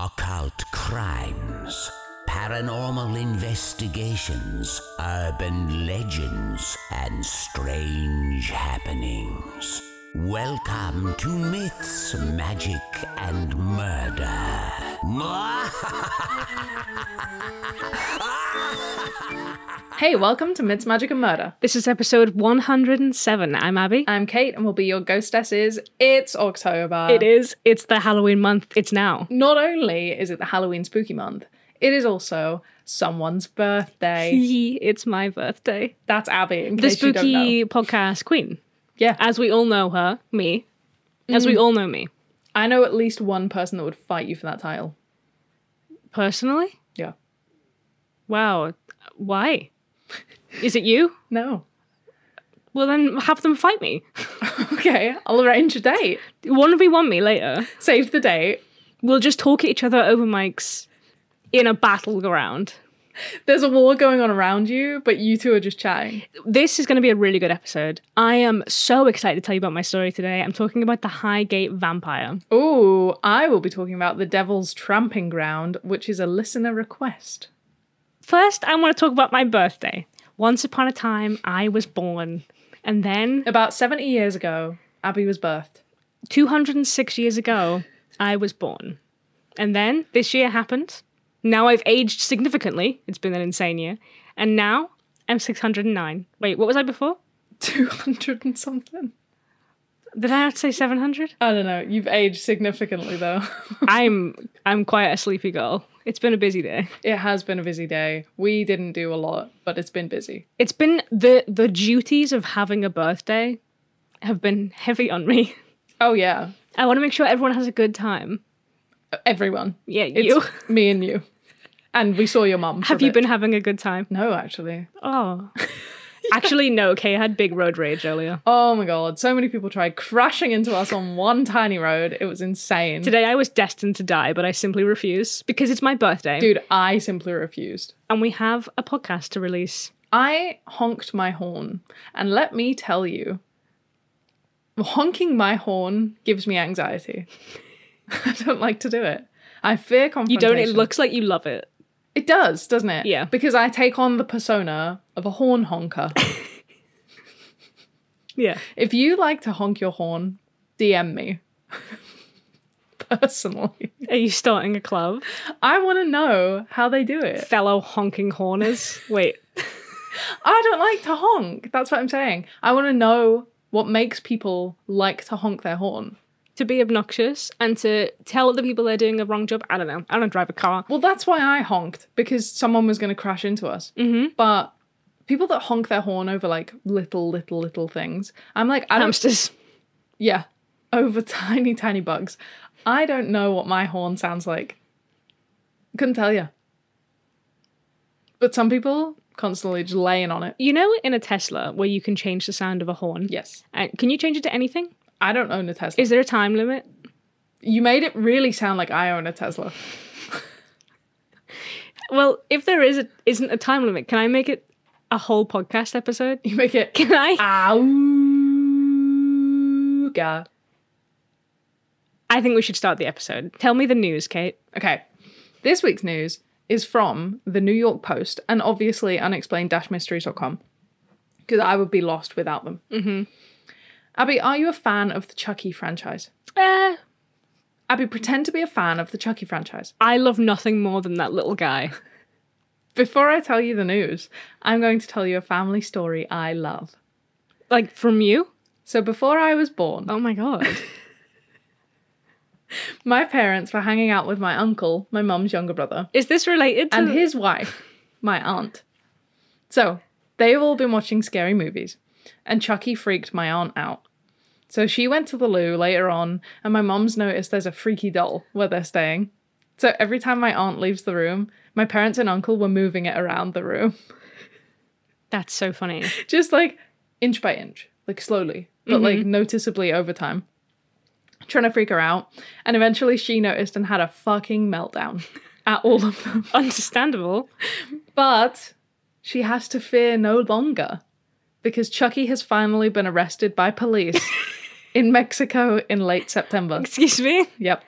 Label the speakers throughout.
Speaker 1: occult crimes, paranormal investigations, urban legends, and strange happenings. Welcome to Myths, Magic, and Murder.
Speaker 2: Hey, welcome to Mids Magic and Murder.
Speaker 3: This is episode 107. I'm Abby.
Speaker 2: I'm Kate, and we'll be your ghostesses. It's October.
Speaker 3: it is. It's the Halloween month. It's now.
Speaker 2: Not only is it the Halloween spooky month, it is also someone's birthday.
Speaker 3: Yee, it's my birthday.
Speaker 2: That's Abby. In
Speaker 3: The
Speaker 2: case you don't know.
Speaker 3: spooky podcast queen.
Speaker 2: Yeah.
Speaker 3: As we all know her, me. As
Speaker 2: Mm.
Speaker 3: we all know me.
Speaker 2: I know at least one person that would fight you for that title.
Speaker 3: Personally?
Speaker 2: Yeah.
Speaker 3: Wow. Why? Is it you?
Speaker 2: No.
Speaker 3: Well, then have them fight me.
Speaker 2: Okay, I'll arrange a date.
Speaker 3: 1v1 me later.
Speaker 2: Save the date.
Speaker 3: We'll just talk at each other over mics in a battleground.
Speaker 2: There's a war going on around you, but you two are just chatting.
Speaker 3: This is going to be a really good episode. I am so excited to tell you about my story today. I'm talking about the Highgate vampire.
Speaker 2: Ooh, I will be talking about the Devil's Tramping Ground, which is a listener request.
Speaker 3: First, I want to talk about my birthday. Once upon a time, I was born. And then,
Speaker 2: About 70 years ago, Abby was birthed.
Speaker 3: 206 years ago, I was born. And then, this year happened. Now I've aged significantly. It's been an insane year. And now, I'm 609. Wait, what was I before?
Speaker 2: 200 and something.
Speaker 3: Did I have to say 700?
Speaker 2: I don't know. You've aged significantly, though.
Speaker 3: I'm I'm quite a sleepy girl. It's been a busy day.
Speaker 2: it has been a busy day. We didn't do a lot, but it's been busy.
Speaker 3: It's been the the duties of having a birthday have been heavy on me.
Speaker 2: Oh, yeah.
Speaker 3: I want to make sure everyone has a good time.
Speaker 2: Everyone.
Speaker 3: Yeah,
Speaker 2: It's
Speaker 3: you.
Speaker 2: me and you. And we saw your mum. for a
Speaker 3: Have you
Speaker 2: bit.
Speaker 3: been having a good time?
Speaker 2: No, actually.
Speaker 3: Oh. Actually, no, Kay had big road rage earlier.
Speaker 2: Oh my god. So many people tried crashing into us on one tiny road. It was insane.
Speaker 3: Today I was destined to die, but I simply refuse because it's my birthday
Speaker 2: Dude, I simply refused.
Speaker 3: and we have a podcast to release.
Speaker 2: I honked my horn, and let me tell you, honking my horn gives me anxiety. I don't like to do it. I fear
Speaker 3: You
Speaker 2: confrontation.
Speaker 3: don't, it looks like you love it.
Speaker 2: It does, doesn't it?
Speaker 3: Yeah.
Speaker 2: Because I take on the persona of a horn honker.
Speaker 3: Yeah.
Speaker 2: if you like to honk your horn, DM me. Personally,
Speaker 3: Are you starting a club?
Speaker 2: I want to know how they do it.
Speaker 3: Fellow honking horners. Wait,
Speaker 2: I don't like to honk. That's what I'm saying. I want to know what makes people like to honk their horn.
Speaker 3: to be obnoxious and to tell other people they're doing a wrong job. I don't know. I don't drive a car.
Speaker 2: Well, that's why I honked because someone was going to crash into us.
Speaker 3: Mm-hmm.
Speaker 2: But people that honk their horn over like little, little, little things, I'm like, I don't,
Speaker 3: Hamsters.
Speaker 2: yeah, over tiny, tiny bugs. I don't know what my horn sounds like. Couldn't tell you. But some people constantly just laying on it.
Speaker 3: You know, in a Tesla where you can change the sound of a horn?
Speaker 2: Yes,
Speaker 3: And can you change it to anything?
Speaker 2: I don't own a Tesla.
Speaker 3: Is there a time limit?
Speaker 2: you made it really sound like I own a Tesla.
Speaker 3: Well, if there is a, isn't a time limit, can I make it a whole podcast episode?
Speaker 2: You make it
Speaker 3: Can I?
Speaker 2: auga.
Speaker 3: I think we should start the episode. Tell me the news, Kate.
Speaker 2: Okay. This week's news is from the New York Post and obviously unexplained-mysteries.com because I would be lost without them. Mm-hmm. Abby, are you a fan of the Chucky franchise? Eh.
Speaker 3: Uh,
Speaker 2: Abby, pretend to be a fan of the Chucky franchise.
Speaker 3: I love nothing more than that little guy.
Speaker 2: Before I tell you the news, I'm going to tell you a family story I love.
Speaker 3: Like from you?
Speaker 2: So before I was born,
Speaker 3: Oh my god.
Speaker 2: my parents were hanging out with my uncle, my mum's younger brother,
Speaker 3: Is this related to
Speaker 2: and his wife, my aunt. So they've all been watching scary movies, and Chucky freaked my aunt out. So she went to the loo later on, and my mum's noticed there's a freaky doll where they're staying. So every time my aunt leaves the room, my parents and uncle were moving it around the room,
Speaker 3: That's so funny.
Speaker 2: just like inch by inch, like slowly, but like noticeably over time, trying to freak her out. And eventually she noticed and had a fucking meltdown at all of them.
Speaker 3: Understandable.
Speaker 2: But she has to fear no longer because Chucky has finally been arrested by police in Mexico in late September.
Speaker 3: Excuse me.
Speaker 2: Yep.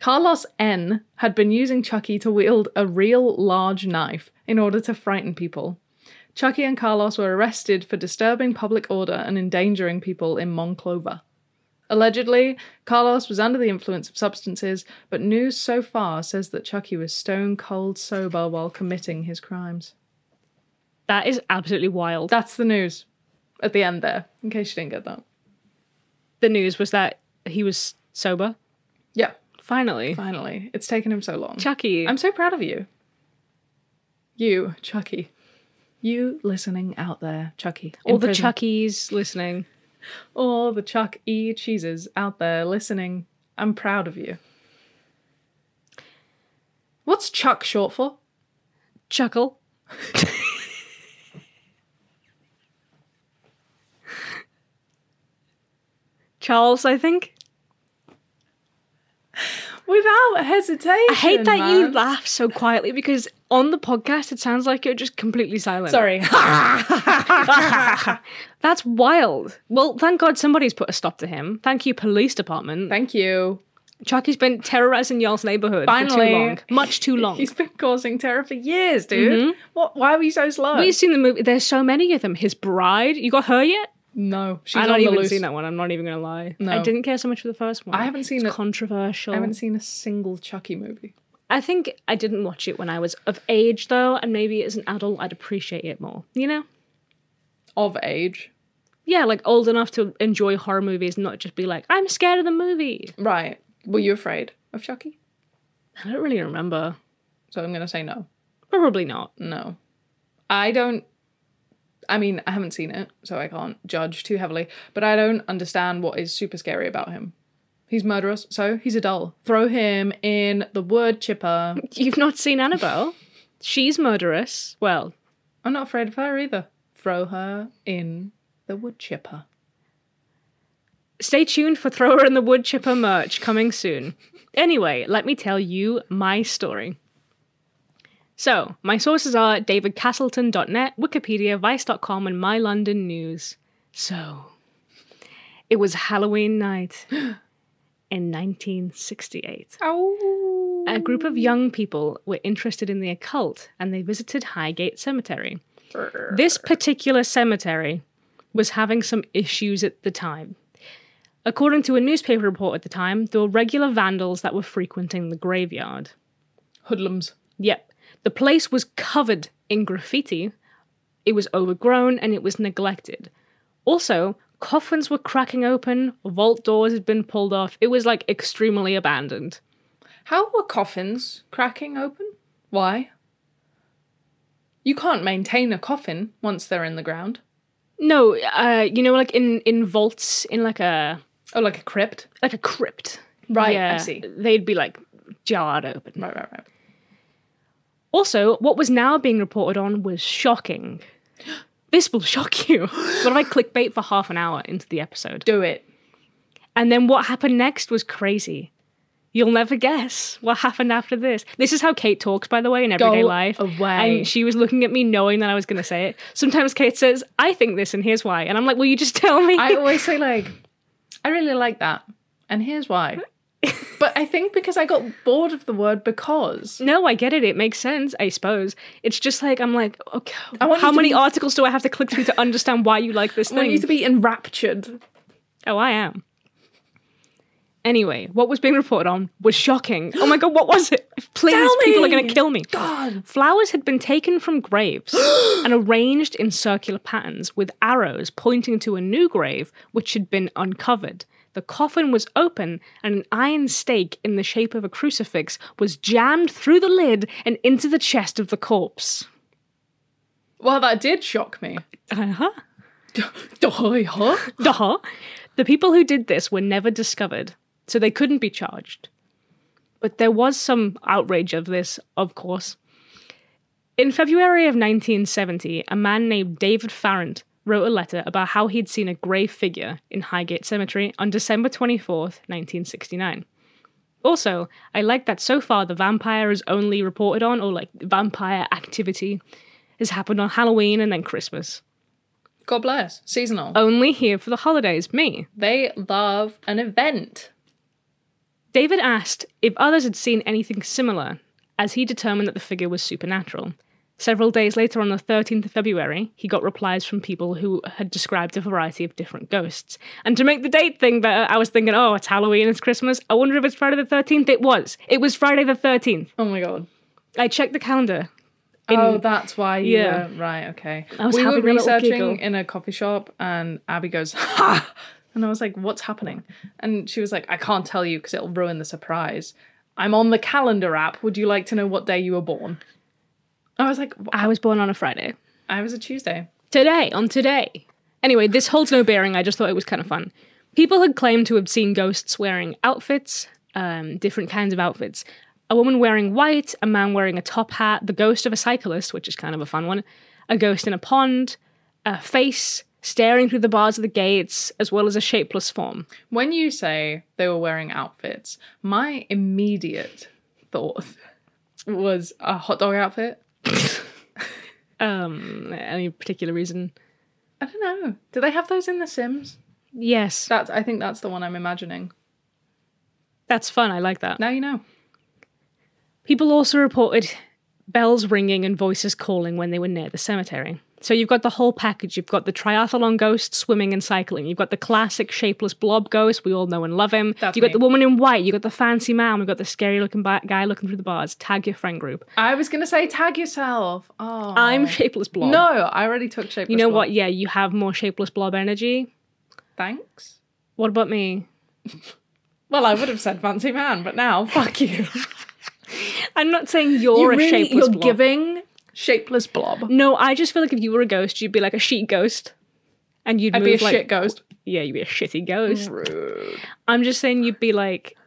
Speaker 2: Carlos N. had been using Chucky to wield a real large knife in order to frighten people. Chucky and Carlos were arrested for disturbing public order and endangering people in Monclova. Allegedly, Carlos was under the influence of substances, but news so far says that Chucky was stone cold sober while committing his crimes.
Speaker 3: That is absolutely wild.
Speaker 2: That's the news at the end there, in case you didn't get that.
Speaker 3: the news was that he was sober.
Speaker 2: Yeah,
Speaker 3: Finally.
Speaker 2: finally. It's taken him so long.
Speaker 3: Chucky.
Speaker 2: I'm so proud of you. You, Chucky. You listening out there, Chucky.
Speaker 3: all
Speaker 2: in
Speaker 3: the
Speaker 2: prison.
Speaker 3: Chuckies listening.
Speaker 2: All the Chuck E. cheeses out there listening. I'm proud of you. What's Chuck short for?
Speaker 3: Chuckle. Charles, I think.
Speaker 2: Without hesitation.
Speaker 3: I hate that you
Speaker 2: man.
Speaker 3: laugh so quietly because on the podcast it sounds like you're just completely silent.
Speaker 2: Sorry.
Speaker 3: That's wild. Well, thank God somebody's put a stop to him. Thank you, police department.
Speaker 2: Thank you.
Speaker 3: Chucky's been terrorizing y'all's neighborhood for
Speaker 2: Finally.
Speaker 3: too long. Much too long.
Speaker 2: He's been causing terror for years, dude.
Speaker 3: Mm-hmm.
Speaker 2: What? Why were you so slow?
Speaker 3: We've seen the movie. There's so many of them. His bride. You got her yet?
Speaker 2: No, she's
Speaker 3: I
Speaker 2: on
Speaker 3: don't
Speaker 2: the
Speaker 3: even
Speaker 2: loose.
Speaker 3: seen that one. I'm not even gonna lie.
Speaker 2: No.
Speaker 3: I didn't care so much for the first one.
Speaker 2: I haven't seen
Speaker 3: it's
Speaker 2: it.
Speaker 3: Controversial.
Speaker 2: I haven't seen a single Chucky movie.
Speaker 3: I think I didn't watch it when I was of age though, and maybe as an adult I'd appreciate it more. You know?
Speaker 2: Of age.
Speaker 3: Yeah, like old enough to enjoy horror movies, and not just be like, I'm scared of the movie.
Speaker 2: Right. Were you afraid of Chucky?
Speaker 3: I don't really remember.
Speaker 2: So I'm going to say no.
Speaker 3: Probably not.
Speaker 2: No. I don't. I mean, I haven't seen it, so I can't judge too heavily, but I don't understand what is super scary about him. He's murderous, so he's a doll. Throw him in the wood chipper.
Speaker 3: You've not seen Annabelle. She's murderous. Well,
Speaker 2: I'm not afraid of her either. Throw her in the wood chipper.
Speaker 3: Stay tuned for Thrower and the Wood Chipper merch coming soon. Anyway, let me tell you my story. So, my sources are davidcastleton.net, Wikipedia, vice.com, and My London News. So, it was Halloween night in 1968.
Speaker 2: Oh.
Speaker 3: A group of young people were interested in the occult and they visited Highgate Cemetery. This particular cemetery was having some issues at the time. According to a newspaper report at the time, there were regular vandals that were frequenting the graveyard.
Speaker 2: Hoodlums.
Speaker 3: Yep, the place was covered in graffiti, it was overgrown, and it was neglected. Also, coffins were cracking open, vault doors had been pulled off, it was like extremely abandoned.
Speaker 2: How were coffins cracking open? Why? You can't maintain a coffin once they're in the ground.
Speaker 3: No, uh, you know, like in, in vaults, in like a
Speaker 2: Oh, like a crypt.
Speaker 3: like a crypt.
Speaker 2: Right,
Speaker 3: yeah,
Speaker 2: I see.
Speaker 3: They'd be like jarred open.
Speaker 2: Right, right, right.
Speaker 3: Also, what was now being reported on was shocking. This will shock you. what if I clickbait for half an hour into the episode?
Speaker 2: Do it.
Speaker 3: And then what happened next was crazy. You'll never guess what happened after this. This is how Kate talks, by the way, in everyday life.
Speaker 2: away.
Speaker 3: And she was looking at me knowing that I was going to say it. Sometimes Kate says, I think this and here's why. And I'm like, will you just tell me?
Speaker 2: I always say like, I really like that, and here's why. But I think because I got bored of the word because.
Speaker 3: No, I get it. It makes sense, I suppose. It's just like I'm like, okay,
Speaker 2: I want you
Speaker 3: how
Speaker 2: to
Speaker 3: many
Speaker 2: be-
Speaker 3: articles do I have to click through to understand why you like this
Speaker 2: I want you
Speaker 3: thing?
Speaker 2: to be enraptured.
Speaker 3: oh, I am. Anyway, what was being reported on was shocking. Oh my god, what was it? Please,
Speaker 2: Tell
Speaker 3: people are
Speaker 2: me!
Speaker 3: going to kill me.
Speaker 2: God.
Speaker 3: Flowers had been taken from graves and arranged in circular patterns with arrows pointing to a new grave which had been uncovered. The coffin was open and an iron stake in the shape of a crucifix was jammed through the lid and into the chest of the corpse.
Speaker 2: Well, that did shock me.
Speaker 3: Uh-huh.
Speaker 2: Die, huh?
Speaker 3: Duh. Uh-huh. The people who did this were never discovered, so they couldn't be charged. But there was some outrage of this, of course. In February of 1970, a man named David Farrant wrote a letter about how he'd seen a grey figure in Highgate Cemetery on December 24th, 1969. Also, I like that so far the vampire is only reported on, or like vampire activity has happened on Halloween and then Christmas.
Speaker 2: God bless. Seasonal.
Speaker 3: Only here for the holidays, me.
Speaker 2: They love an event.
Speaker 3: David asked if others had seen anything similar, as he determined that the figure was supernatural. Several days later, on the 13th of February, he got replies from people who had described a variety of different ghosts. And to make the date thing better, I was thinking, oh, it's Halloween, it's Christmas. I wonder if it's Friday the 13th. It was. It was Friday the 13th.
Speaker 2: Oh my god.
Speaker 3: I checked the calendar.
Speaker 2: oh, that's why. You
Speaker 3: Yeah.
Speaker 2: yeah. right. Okay.
Speaker 3: I was
Speaker 2: we were
Speaker 3: having a little giggle.
Speaker 2: researching in a coffee shop, and Abby goes, "Ha!" And I was like, "What's happening?" And she was like, "I can't tell you because it'll ruin the surprise." I'm on the calendar app. Would you like to know what day you were born? I was like, "Wha-
Speaker 3: I was born on a Friday.
Speaker 2: I was a Tuesday.
Speaker 3: today on today. Anyway, this holds no bearing. I just thought it was kind of fun. People had claimed to have seen ghosts wearing outfits, um, different kinds of outfits. A woman wearing white, a man wearing a top hat, the ghost of a cyclist, which is kind of a fun one, a ghost in a pond, a face staring through the bars of the gates, as well as a shapeless form.
Speaker 2: When you say they were wearing outfits, my immediate thought was a hot dog outfit.
Speaker 3: Um, any particular reason?
Speaker 2: I don't know. Do they have those in The Sims?
Speaker 3: Yes,
Speaker 2: That's. I think that's the one I'm imagining.
Speaker 3: that's fun. I like that.
Speaker 2: Now you know.
Speaker 3: People also reported bells ringing and voices calling when they were near the cemetery. So you've got the whole package. You've got the triathlon ghost swimming and cycling. You've got the classic shapeless blob ghost. We all know and love him.
Speaker 2: That's
Speaker 3: you've got
Speaker 2: me.
Speaker 3: the woman in white. You've got the fancy man. We've got the scary looking ba- guy looking through the bars. Tag your friend group.
Speaker 2: I was gonna say tag yourself. Oh,
Speaker 3: I'm shapeless blob.
Speaker 2: no, I already took shape.
Speaker 3: You know what? Yeah, you have more shapeless blob energy.
Speaker 2: Thanks.
Speaker 3: What about me?
Speaker 2: Well, I would have said fancy man, but now fuck you.
Speaker 3: I'm not saying you're a shapeless blob.
Speaker 2: giving shapeless blob.
Speaker 3: no, I just feel like if you were a ghost, you'd be like a sheet ghost. And you'd
Speaker 2: I'd
Speaker 3: move
Speaker 2: be a
Speaker 3: like,
Speaker 2: shit ghost.
Speaker 3: yeah, you'd be a shitty ghost.
Speaker 2: Rude.
Speaker 3: I'm just saying you'd be like,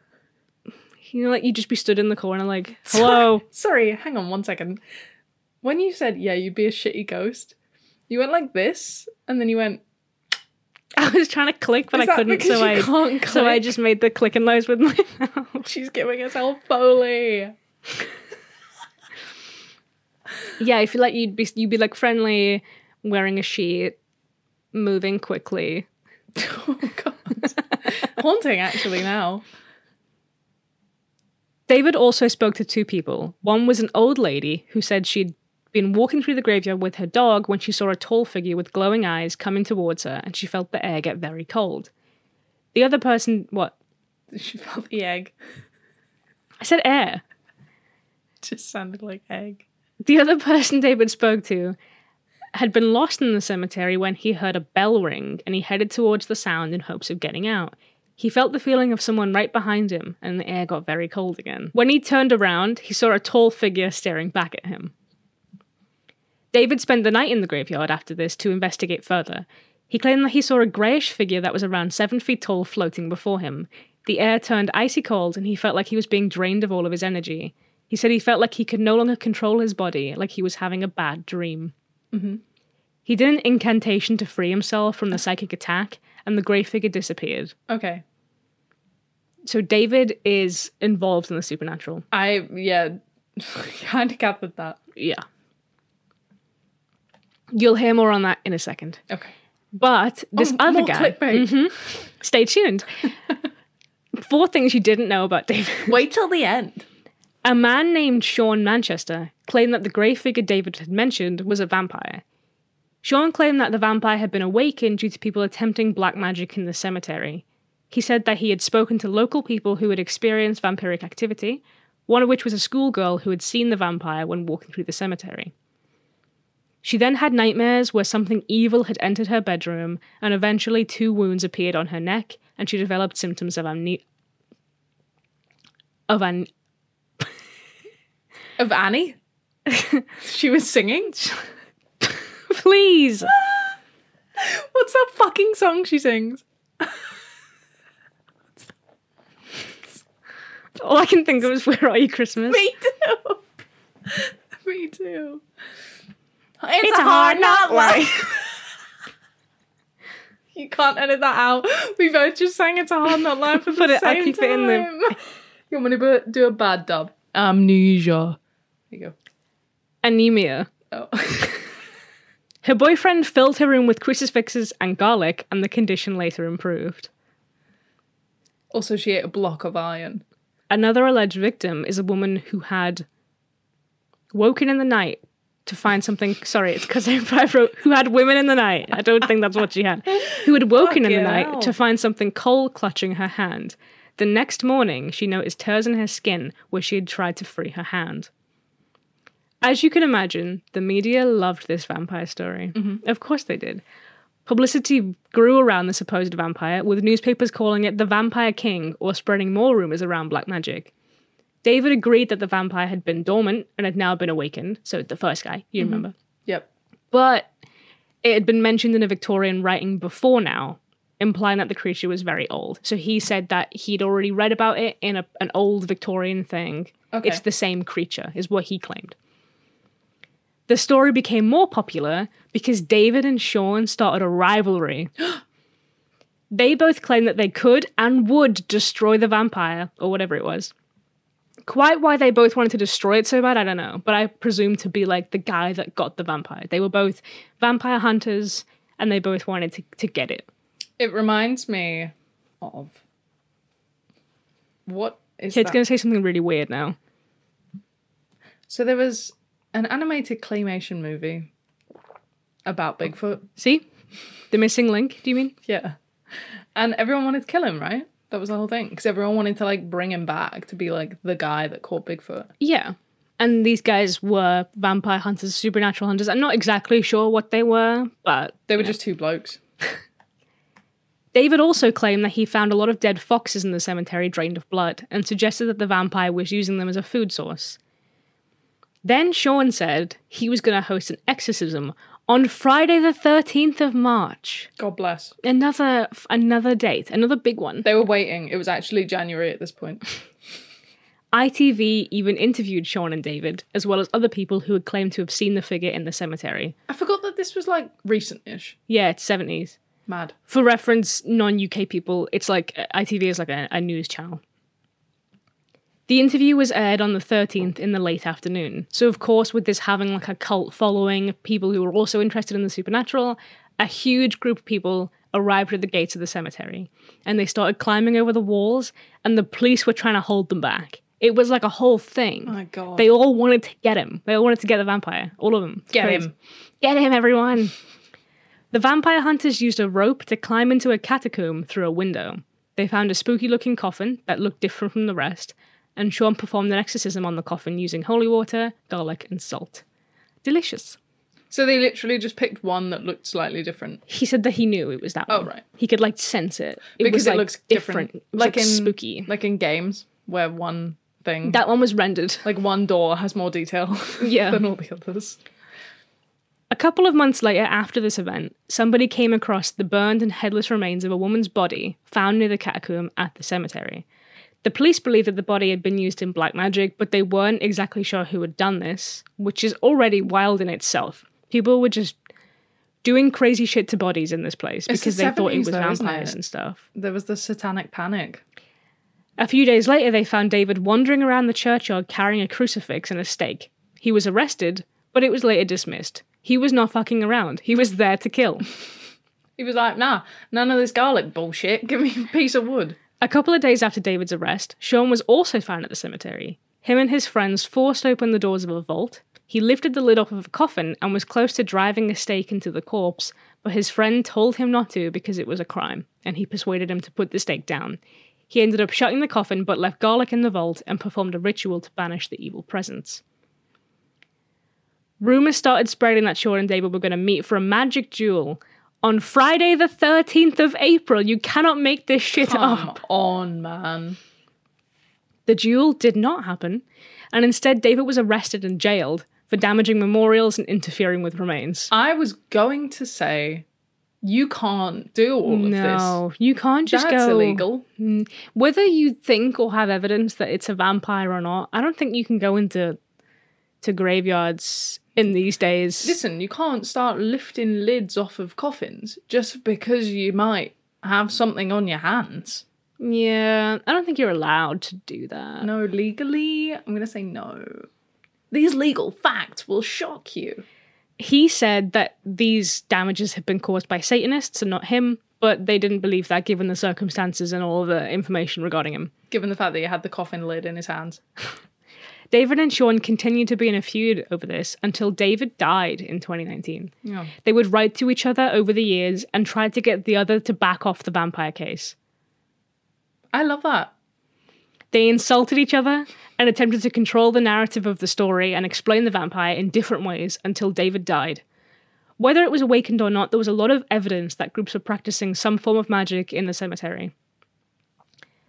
Speaker 3: you know, like you'd just be stood in the corner like, hello.
Speaker 2: Sorry, hang on one second. When you said yeah, you'd be a shitty ghost, you went like this, and then you went.
Speaker 3: I was trying to click, but
Speaker 2: Is
Speaker 3: I
Speaker 2: that
Speaker 3: couldn't,
Speaker 2: because
Speaker 3: so
Speaker 2: you
Speaker 3: I
Speaker 2: can't
Speaker 3: so I
Speaker 2: click?
Speaker 3: just made the clicking noise with my mouth.
Speaker 2: She's giving herself foley.
Speaker 3: yeah, I feel like you'd be you'd be like friendly, wearing a sheet, moving quickly.
Speaker 2: Oh god, haunting actually now.
Speaker 3: David also spoke to two people. One was an old lady who said she'd been walking through the graveyard with her dog when she saw a tall figure with glowing eyes coming towards her and she felt the air get very cold. The other person, what?
Speaker 2: She felt the egg.
Speaker 3: I said air.
Speaker 2: Just sounded like egg.
Speaker 3: The other person David spoke to had been lost in the cemetery when he heard a bell ring and he headed towards the sound in hopes of getting out. He felt the feeling of someone right behind him and the air got very cold again. When he turned around, he saw a tall figure staring back at him. David spent the night in the graveyard after this to investigate further. He claimed that he saw a greyish figure that was around seven feet tall floating before him. The air turned icy cold and he felt like he was being drained of all of his energy. He said he felt like he could no longer control his body, like he was having a bad dream.
Speaker 2: Mm-hmm.
Speaker 3: He did an incantation to free himself from the psychic attack, and the grey figure disappeared.
Speaker 2: Okay,
Speaker 3: So David is involved in the supernatural.
Speaker 2: I yeah, kind of gathered that.
Speaker 3: Yeah. You'll hear more on that in a second.
Speaker 2: Okay.
Speaker 3: But this
Speaker 2: Oh,
Speaker 3: other
Speaker 2: more
Speaker 3: guy.
Speaker 2: clickbait.
Speaker 3: Stay tuned. Four things you didn't know about David.
Speaker 2: Wait till the end.
Speaker 3: A man named Sean Manchester claimed that the grey figure David had mentioned was a vampire. Sean claimed that the vampire had been awakened due to people attempting black magic in the cemetery. He said that he had spoken to local people who had experienced vampiric activity, one of which was a schoolgirl who had seen the vampire when walking through the cemetery. She then had nightmares where something evil had entered her bedroom, and eventually two wounds appeared on her neck, and she developed symptoms of amne- of an
Speaker 2: Of Annie? she was singing?
Speaker 3: please.
Speaker 2: What's that fucking song she sings?
Speaker 3: All I can think of is Where Are You Christmas?
Speaker 2: too. Me too. It's,
Speaker 3: a hard
Speaker 2: knock life. you can't edit that out. We both just sang It's a Hard Not Life at
Speaker 3: Put
Speaker 2: the
Speaker 3: it- I'll
Speaker 2: same
Speaker 3: keep it in the-
Speaker 2: time. You want me to bu- do a bad dub? Um, Amnesia. There you
Speaker 3: Anemia.
Speaker 2: go. Oh.
Speaker 3: Her boyfriend filled her room with crucifixes and garlic, and the condition later improved.
Speaker 2: also, she ate a block of iron.
Speaker 3: Another alleged victim is a woman who had woken in the night to find something. Sorry, it's because I I wrote who had women in the night. I don't think that's what she had. Who had woken in the
Speaker 2: Fucking
Speaker 3: night
Speaker 2: hell.
Speaker 3: to find something cold clutching her hand. The next morning, she noticed tears in her skin where she had tried to free her hand. As you can imagine, the media loved this vampire story.
Speaker 2: Mm-hmm.
Speaker 3: Of course they did. Publicity grew around the supposed vampire, with newspapers calling it the Vampire King or spreading more rumors around black magic. David agreed that the vampire had been dormant and had now been awakened, so the first guy, you remember.
Speaker 2: Yep.
Speaker 3: But it had been mentioned in a Victorian writing before now, implying that the creature was very old. So he said that he'd already read about it in a, an old Victorian thing.
Speaker 2: Okay.
Speaker 3: It's the same creature, is what he claimed. The story became more popular because David and Sean started a rivalry. they both claimed that they could and would destroy the vampire, or whatever it was. Quite why they both wanted to destroy it so bad, I don't know. But I presume to be like the guy that got the vampire. They were both vampire hunters and they both wanted to, to get it.
Speaker 2: It reminds me of what is
Speaker 3: Kid's
Speaker 2: that?
Speaker 3: gonna say something really weird now.
Speaker 2: So there was an animated claymation movie about Bigfoot.
Speaker 3: See? The missing link, do you mean?
Speaker 2: Yeah. And everyone wanted to kill him, right? That was the whole thing. Because everyone wanted to like bring him back to be like the guy that caught Bigfoot.
Speaker 3: Yeah. And these guys were vampire hunters, supernatural hunters. I'm not exactly sure what they were, but
Speaker 2: They were just two blokes.
Speaker 3: David also claimed that he found a lot of dead foxes in the cemetery drained of blood and suggested that the vampire was using them as a food source. Then Sean said he was going to host an exorcism on Friday the 13th of March.
Speaker 2: God bless.
Speaker 3: Another f- another date, another big one.
Speaker 2: They were waiting. It was actually January at this point.
Speaker 3: ITV even interviewed Sean and David, as well as other people who had claimed to have seen the figure in the cemetery.
Speaker 2: I forgot that this was like recent ish.
Speaker 3: Yeah, it's 70s.
Speaker 2: Mad.
Speaker 3: For reference, non UK people, it's like uh, ITV is like a, a news channel. The interview was aired on the 13th in the late afternoon. So, of course, with this having like a cult following, people who were also interested in the supernatural, a huge group of people arrived at the gates of the cemetery and they started climbing over the walls, and the police were trying to hold them back. It was like a whole thing.
Speaker 2: Oh My God.
Speaker 3: They all wanted to get him. They all wanted to get the vampire. All of them. It's
Speaker 2: Get
Speaker 3: crazy.
Speaker 2: him.
Speaker 3: Get him, everyone. The vampire hunters used a rope to climb into a catacomb through a window. They found a spooky looking coffin that looked different from the rest, and Sean performed an exorcism on the coffin using holy water, garlic, and salt. Delicious.
Speaker 2: So they literally just picked one that looked slightly different.
Speaker 3: He said that he knew it was that
Speaker 2: Oh,
Speaker 3: one.
Speaker 2: right.
Speaker 3: He could like sense it. It
Speaker 2: Because
Speaker 3: was,
Speaker 2: it
Speaker 3: like,
Speaker 2: looks different.
Speaker 3: It was,
Speaker 2: Like
Speaker 3: like,
Speaker 2: in-
Speaker 3: spooky.
Speaker 2: Like in games where one thing,
Speaker 3: That one was rendered.
Speaker 2: like one door has more detail
Speaker 3: Yeah.
Speaker 2: than all the others.
Speaker 3: A couple of months later, after this event, somebody came across the burned and headless remains of a woman's body found near the catacomb at the cemetery. The police believed that the body had been used in black magic, but they weren't exactly sure who had done this, which is already wild in itself. People were just doing crazy shit to bodies in this
Speaker 2: It's
Speaker 3: place
Speaker 2: the
Speaker 3: because they thought it
Speaker 2: 70s
Speaker 3: was
Speaker 2: though, isn't
Speaker 3: vampires
Speaker 2: it?
Speaker 3: and stuff.
Speaker 2: There was the satanic panic.
Speaker 3: A few days later, they found David wandering around the churchyard carrying a crucifix and a stake. He was arrested, but it was later dismissed. He was not fucking around. He was there to kill.
Speaker 2: He was like, nah, none of this garlic bullshit. Give me a piece of wood.
Speaker 3: A couple of days after David's arrest, Sean was also found at the cemetery. Him and his friends forced open the doors of a vault. He lifted the lid off of a coffin and was close to driving a stake into the corpse, but his friend told him not to because it was a crime, and he persuaded him to put the stake down. He ended up shutting the coffin but left garlic in the vault and performed a ritual to banish the evil presence. Rumors started spreading that Sean and David were going to meet for a magic duel on Friday, the 13th of April. You cannot make this shit up.
Speaker 2: Come on, man.
Speaker 3: The duel did not happen, and instead David was arrested and jailed for damaging memorials and interfering with remains.
Speaker 2: I was going to say, you can't do all of
Speaker 3: No, you can't
Speaker 2: this.
Speaker 3: just
Speaker 2: That's
Speaker 3: go
Speaker 2: illegal.
Speaker 3: Whether you think or have evidence that it's a vampire or not, I don't think you can go into to graveyards in these days.
Speaker 2: Listen, you can't start lifting lids off of coffins just because you might have something on your hands.
Speaker 3: yeah, I don't think you're allowed to do that.
Speaker 2: No, legally, I'm going to say no. These legal facts will shock you.
Speaker 3: He said that these damages had been caused by Satanists and not him, But they didn't believe that given the circumstances and all the information regarding him.
Speaker 2: given the fact that he had the coffin lid in his hands.
Speaker 3: David and Sean continued to be in a feud over this until David died in 2019.
Speaker 2: Yeah.
Speaker 3: They would write to each other over the years and tried to get the other to back off the vampire case.
Speaker 2: I love that.
Speaker 3: They insulted each other and attempted to control the narrative of the story and explain the vampire in different ways until David died. Whether it was awakened or not, there was a lot of evidence that groups were practicing some form of magic in the cemetery.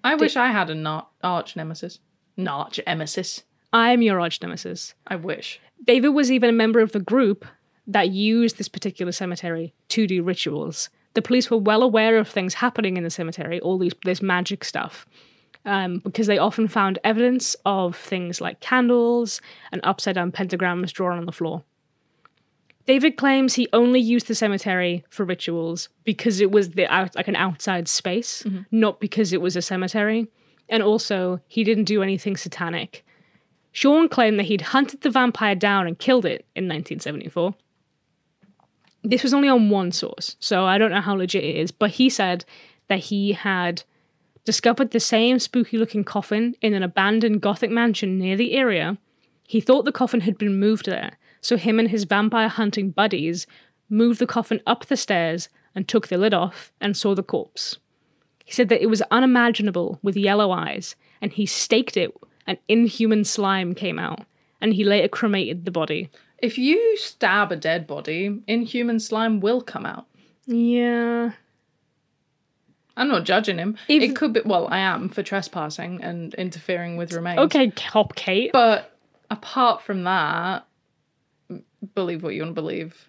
Speaker 2: I wish I had a nar- arch nemesis. Narch emesis.
Speaker 3: I am your arch nemesis.
Speaker 2: I wish.
Speaker 3: David was even a member of the group that used this particular cemetery to do rituals. The police were well aware of things happening in the cemetery, all these this magic stuff, um, because they often found evidence of things like candles and upside down pentagrams drawn on the floor. David claims he only used the cemetery for rituals because it was the out, like an outside space, not because it was a cemetery, and also he didn't do anything satanic. Sean claimed that he'd hunted the vampire down and killed it in 1974. This was only on one source, so I don't know how legit it is, but he said that he had discovered the same spooky looking coffin in an abandoned Gothic mansion near the area. He thought the coffin had been moved there, so him and his vampire hunting buddies moved the coffin up the stairs and took the lid off and saw the corpse. He said that it was unimaginable with yellow eyes, and he staked it, and inhuman slime came out, and he later cremated the body.
Speaker 2: If you stab a dead body, inhuman slime will come out.
Speaker 3: Yeah.
Speaker 2: I'm not judging him.
Speaker 3: If-
Speaker 2: it could be. Well, I am for trespassing and interfering with remains.
Speaker 3: Okay, Hop Kate.
Speaker 2: But apart from that, m- believe what you want to believe.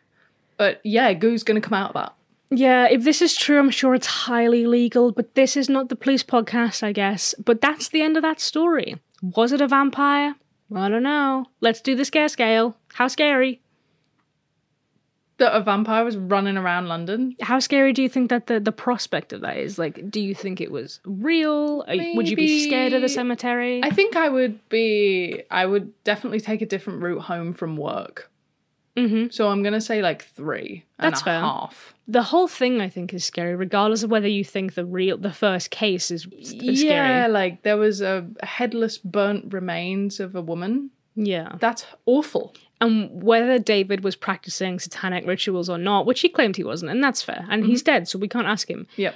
Speaker 2: But yeah, goo's gonna come out of that.
Speaker 3: Yeah, if this is true, I'm sure it's highly legal, but this is not the police podcast, I guess. But that's the end of that story. Was it a vampire? I don't know. Let's do the scare scale. How scary?
Speaker 2: That a vampire was running around London.
Speaker 3: How scary do you think that the, the prospect of that is? Like, do you think it was real? Are you- Would you be scared of the
Speaker 2: Maybe-
Speaker 3: cemetery?
Speaker 2: I think I would be. I would definitely take a different route home from work.
Speaker 3: mm-hmm.
Speaker 2: So I'm gonna say like three and
Speaker 3: That's
Speaker 2: a
Speaker 3: fair.
Speaker 2: half.
Speaker 3: the whole thing I think is scary, regardless of whether you think the real the first case is, is
Speaker 2: yeah,
Speaker 3: scary.
Speaker 2: like there was a headless, burnt remains of a woman.
Speaker 3: Yeah.
Speaker 2: That's awful.
Speaker 3: And whether David was practicing satanic rituals or not, which he claimed he wasn't, and that's fair. And
Speaker 2: Mm-hmm.
Speaker 3: he's dead, so we can't ask him.
Speaker 2: Yep.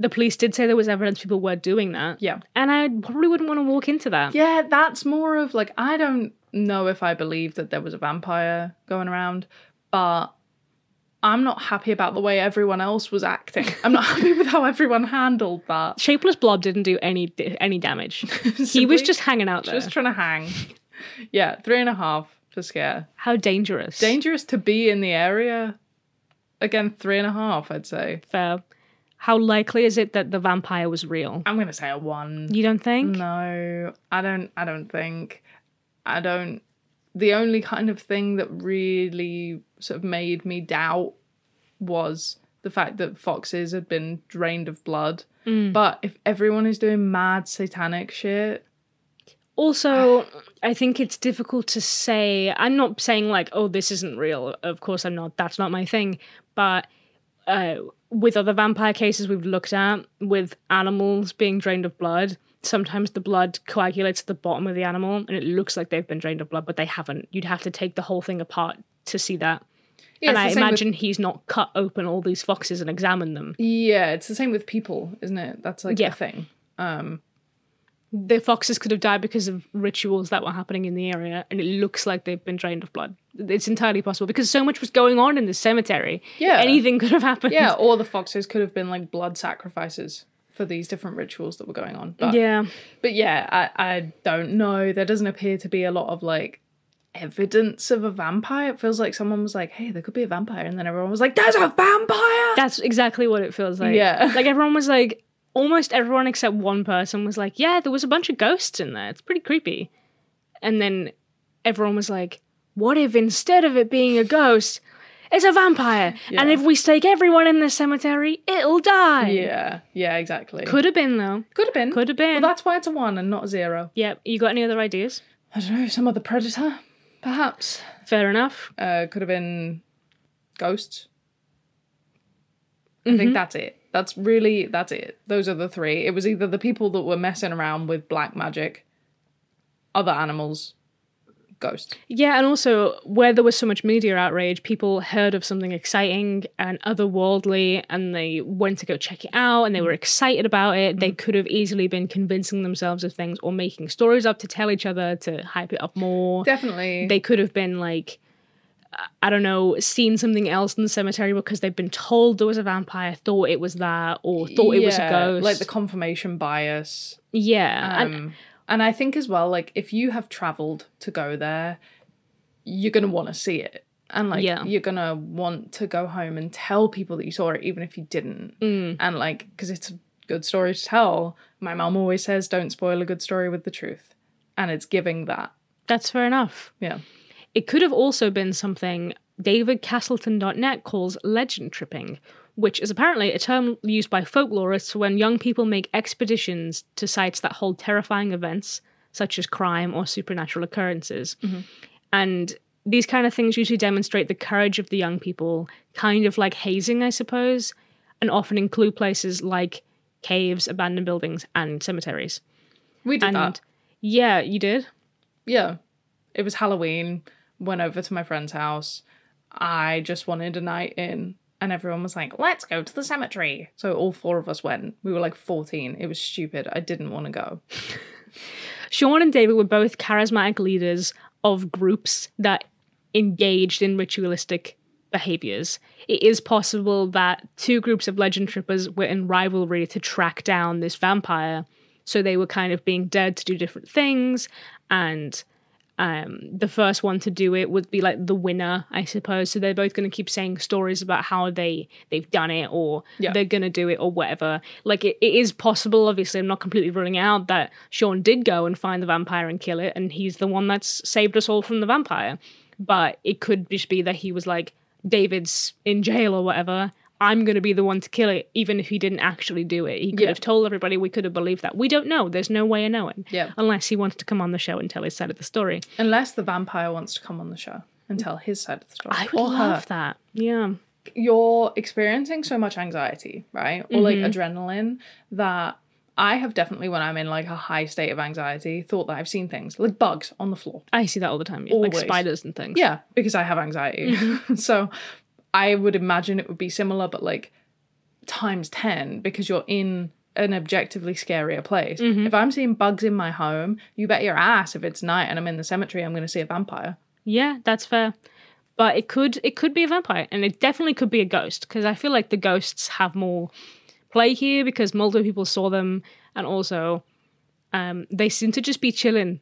Speaker 3: The police did say there was evidence people were doing that.
Speaker 2: Yeah.
Speaker 3: And I probably wouldn't want to walk into that.
Speaker 2: Yeah, that's more of like I don't know if I believe that there was a vampire going around, but I'm not happy about the way everyone else was acting. I'm not happy with how everyone handled that.
Speaker 3: Shapeless Blob didn't do any any damage. he
Speaker 2: Simply
Speaker 3: was just hanging out there.
Speaker 2: Just trying to hang. Yeah, three and a half for scare.
Speaker 3: How dangerous.
Speaker 2: Dangerous to be in the area. Again, three and a half, I'd say.
Speaker 3: fair. How likely is it that the vampire was real?
Speaker 2: I'm gonna say a one.
Speaker 3: You don't think?
Speaker 2: No, I don't. I don't think. I don't. The only kind of thing that really sort of made me doubt was the fact that foxes had been drained of blood.
Speaker 3: Mm.
Speaker 2: But if everyone is doing mad satanic shit,
Speaker 3: Also, I think it's difficult to say. I'm not saying like, oh, this isn't real. Of course, I'm not. That's not my thing. But uh, with other vampire cases we've looked at, with animals being drained of blood, sometimes the blood coagulates at the bottom of the animal and it looks like they've been drained of blood, but they haven't. You'd have to take the whole thing apart to see that.
Speaker 2: yeah, it's
Speaker 3: and I
Speaker 2: the same with-
Speaker 3: imagine he's not cut open all these foxes and examined them.
Speaker 2: yeah, it's the same with people, isn't it? That's like
Speaker 3: Yeah.
Speaker 2: the thing.
Speaker 3: The foxes could have died because of rituals that were happening in the area, and it looks like they've been drained of blood. It's entirely possible because so much was going on in the cemetery.
Speaker 2: Yeah.
Speaker 3: Anything could have happened.
Speaker 2: Yeah, or the foxes could have been like blood sacrifices for these different rituals that were going on. But
Speaker 3: Yeah.
Speaker 2: But yeah, I, I don't know. There doesn't appear to be a lot of like evidence of a vampire. It feels like someone was like, hey, there could be a vampire. And then everyone was like, there's a vampire.
Speaker 3: That's exactly what it feels like.
Speaker 2: Yeah.
Speaker 3: Like everyone was like, almost everyone except one person was like, yeah, there was a bunch of ghosts in there. It's pretty creepy. And then everyone was like, what if instead of it being a ghost, it's a vampire? And
Speaker 2: Yeah.
Speaker 3: if we stake everyone in the cemetery, it'll die.
Speaker 2: Yeah, yeah, exactly.
Speaker 3: Could have been, though.
Speaker 2: could have been.
Speaker 3: Could have been.
Speaker 2: Well, that's why it's a one and not a zero.
Speaker 3: Yeah, you got any other ideas?
Speaker 2: I don't know, some other predator, perhaps.
Speaker 3: Fair enough.
Speaker 2: Uh, could have been ghosts. I
Speaker 3: Mm-hmm.
Speaker 2: think that's it. That's really that's it. Those are the three. It was either the people that were messing around with black magic, other animals, ghosts.
Speaker 3: Yeah, and also where there was so much media outrage, people heard of something exciting and otherworldly and they went to go check it out and they were excited about it. They could have easily been convincing themselves of things or making stories up to tell each other to hype it up more.
Speaker 2: Definitely.
Speaker 3: They could have been like I don't know, seen something else in the cemetery because they've been told there was a vampire, thought it was that, or thought it was a
Speaker 2: Yeah,
Speaker 3: ghost.
Speaker 2: Like the confirmation bias.
Speaker 3: yeah, and-
Speaker 2: Um, and I think as well, like if you have traveled to go there, you're gonna want to see it, and like
Speaker 3: Yeah.
Speaker 2: you're gonna want to go home and tell people that you saw it, even if you didn't.
Speaker 3: Mm.
Speaker 2: And like, because it's a good story to tell. My mum always says, "Don't spoil a good story with the truth," and it's giving that.
Speaker 3: that's fair enough.
Speaker 2: Yeah.
Speaker 3: It could have also been something DavidCastleton.net calls legend tripping, which is apparently a term used by folklorists when young people make expeditions to sites that hold terrifying events, such as crime or supernatural occurrences.
Speaker 2: Mm-hmm.
Speaker 3: And these kind of things usually demonstrate the courage of the young people, kind of like hazing, I suppose, and often include places like caves, abandoned buildings, and cemeteries.
Speaker 2: We did
Speaker 3: And
Speaker 2: that.
Speaker 3: yeah, you did.
Speaker 2: Yeah. It was Halloween. Went over to my friend's house. I just wanted a night in. And everyone was like, let's go to the cemetery. So all four of us went. We were like 14. It was stupid. I didn't want to go.
Speaker 3: Sean and David were both charismatic leaders of groups that engaged in ritualistic behaviors. It is possible that two groups of legend trippers were in rivalry to track down this vampire, so they were kind of being dared to do different things and um, the first one to do it would be like the winner, I suppose. So they're both going to keep saying stories about how they they've done it or
Speaker 2: Yeah.
Speaker 3: they're going to do it or whatever. Like it, it is possible. Obviously, I'm not completely ruling it out that Sean did go and find the vampire and kill it, and he's the one that's saved us all from the vampire. But it could just be that he was like David's in jail or whatever. I'm going to be the one to kill it, even if he didn't actually do it. He could
Speaker 2: Yeah.
Speaker 3: have told everybody. We could have believed that. We don't know. There's no way of knowing.
Speaker 2: Yeah.
Speaker 3: Unless he wanted to come on the show and tell his side of the story.
Speaker 2: Unless the vampire wants to come on the show and tell his side of the story.
Speaker 3: I would love that. Yeah.
Speaker 2: you're experiencing so much anxiety, right? Or like
Speaker 3: Mm-hmm.
Speaker 2: adrenaline that I have definitely, when I'm in like a high state of anxiety, thought that I've seen things like bugs on the floor.
Speaker 3: I see that all the time. Yeah. Like
Speaker 2: Always.
Speaker 3: spiders and things.
Speaker 2: Yeah, because I have anxiety. so I would imagine it would be similar, but like times 10 because you're in an objectively scarier place. If I'm seeing bugs in my home, you bet your ass if it's night and I'm in the cemetery, I'm going to see a vampire.
Speaker 3: Yeah, that's fair. But it could it could be a vampire and it definitely could be a ghost because I feel like the ghosts have more play here because multiple people saw them and also um, they seem to just be chilling.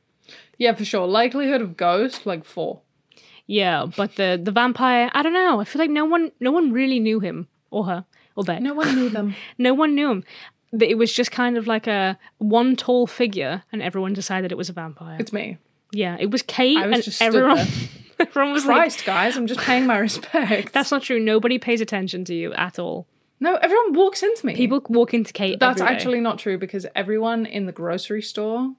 Speaker 2: Yeah, for sure. Likelihood of ghost, like four.
Speaker 3: Yeah, but the the vampire, I don't know. I feel like no one no one really knew him or her or they.
Speaker 2: No one knew them.
Speaker 3: No one knew him. That It was just kind of like a one tall figure, and everyone decided it was a vampire.
Speaker 2: it's me.
Speaker 3: Yeah, it was Kate
Speaker 2: I was
Speaker 3: and
Speaker 2: just stood
Speaker 3: everyone.
Speaker 2: there.
Speaker 3: everyone was like,
Speaker 2: Christ, guys, I'm just paying my respects.
Speaker 3: "That's not true. Nobody pays attention to you at all."
Speaker 2: no, everyone walks into me.
Speaker 3: People walk into Kate.
Speaker 2: That's
Speaker 3: every day.
Speaker 2: actually not true because everyone in the grocery store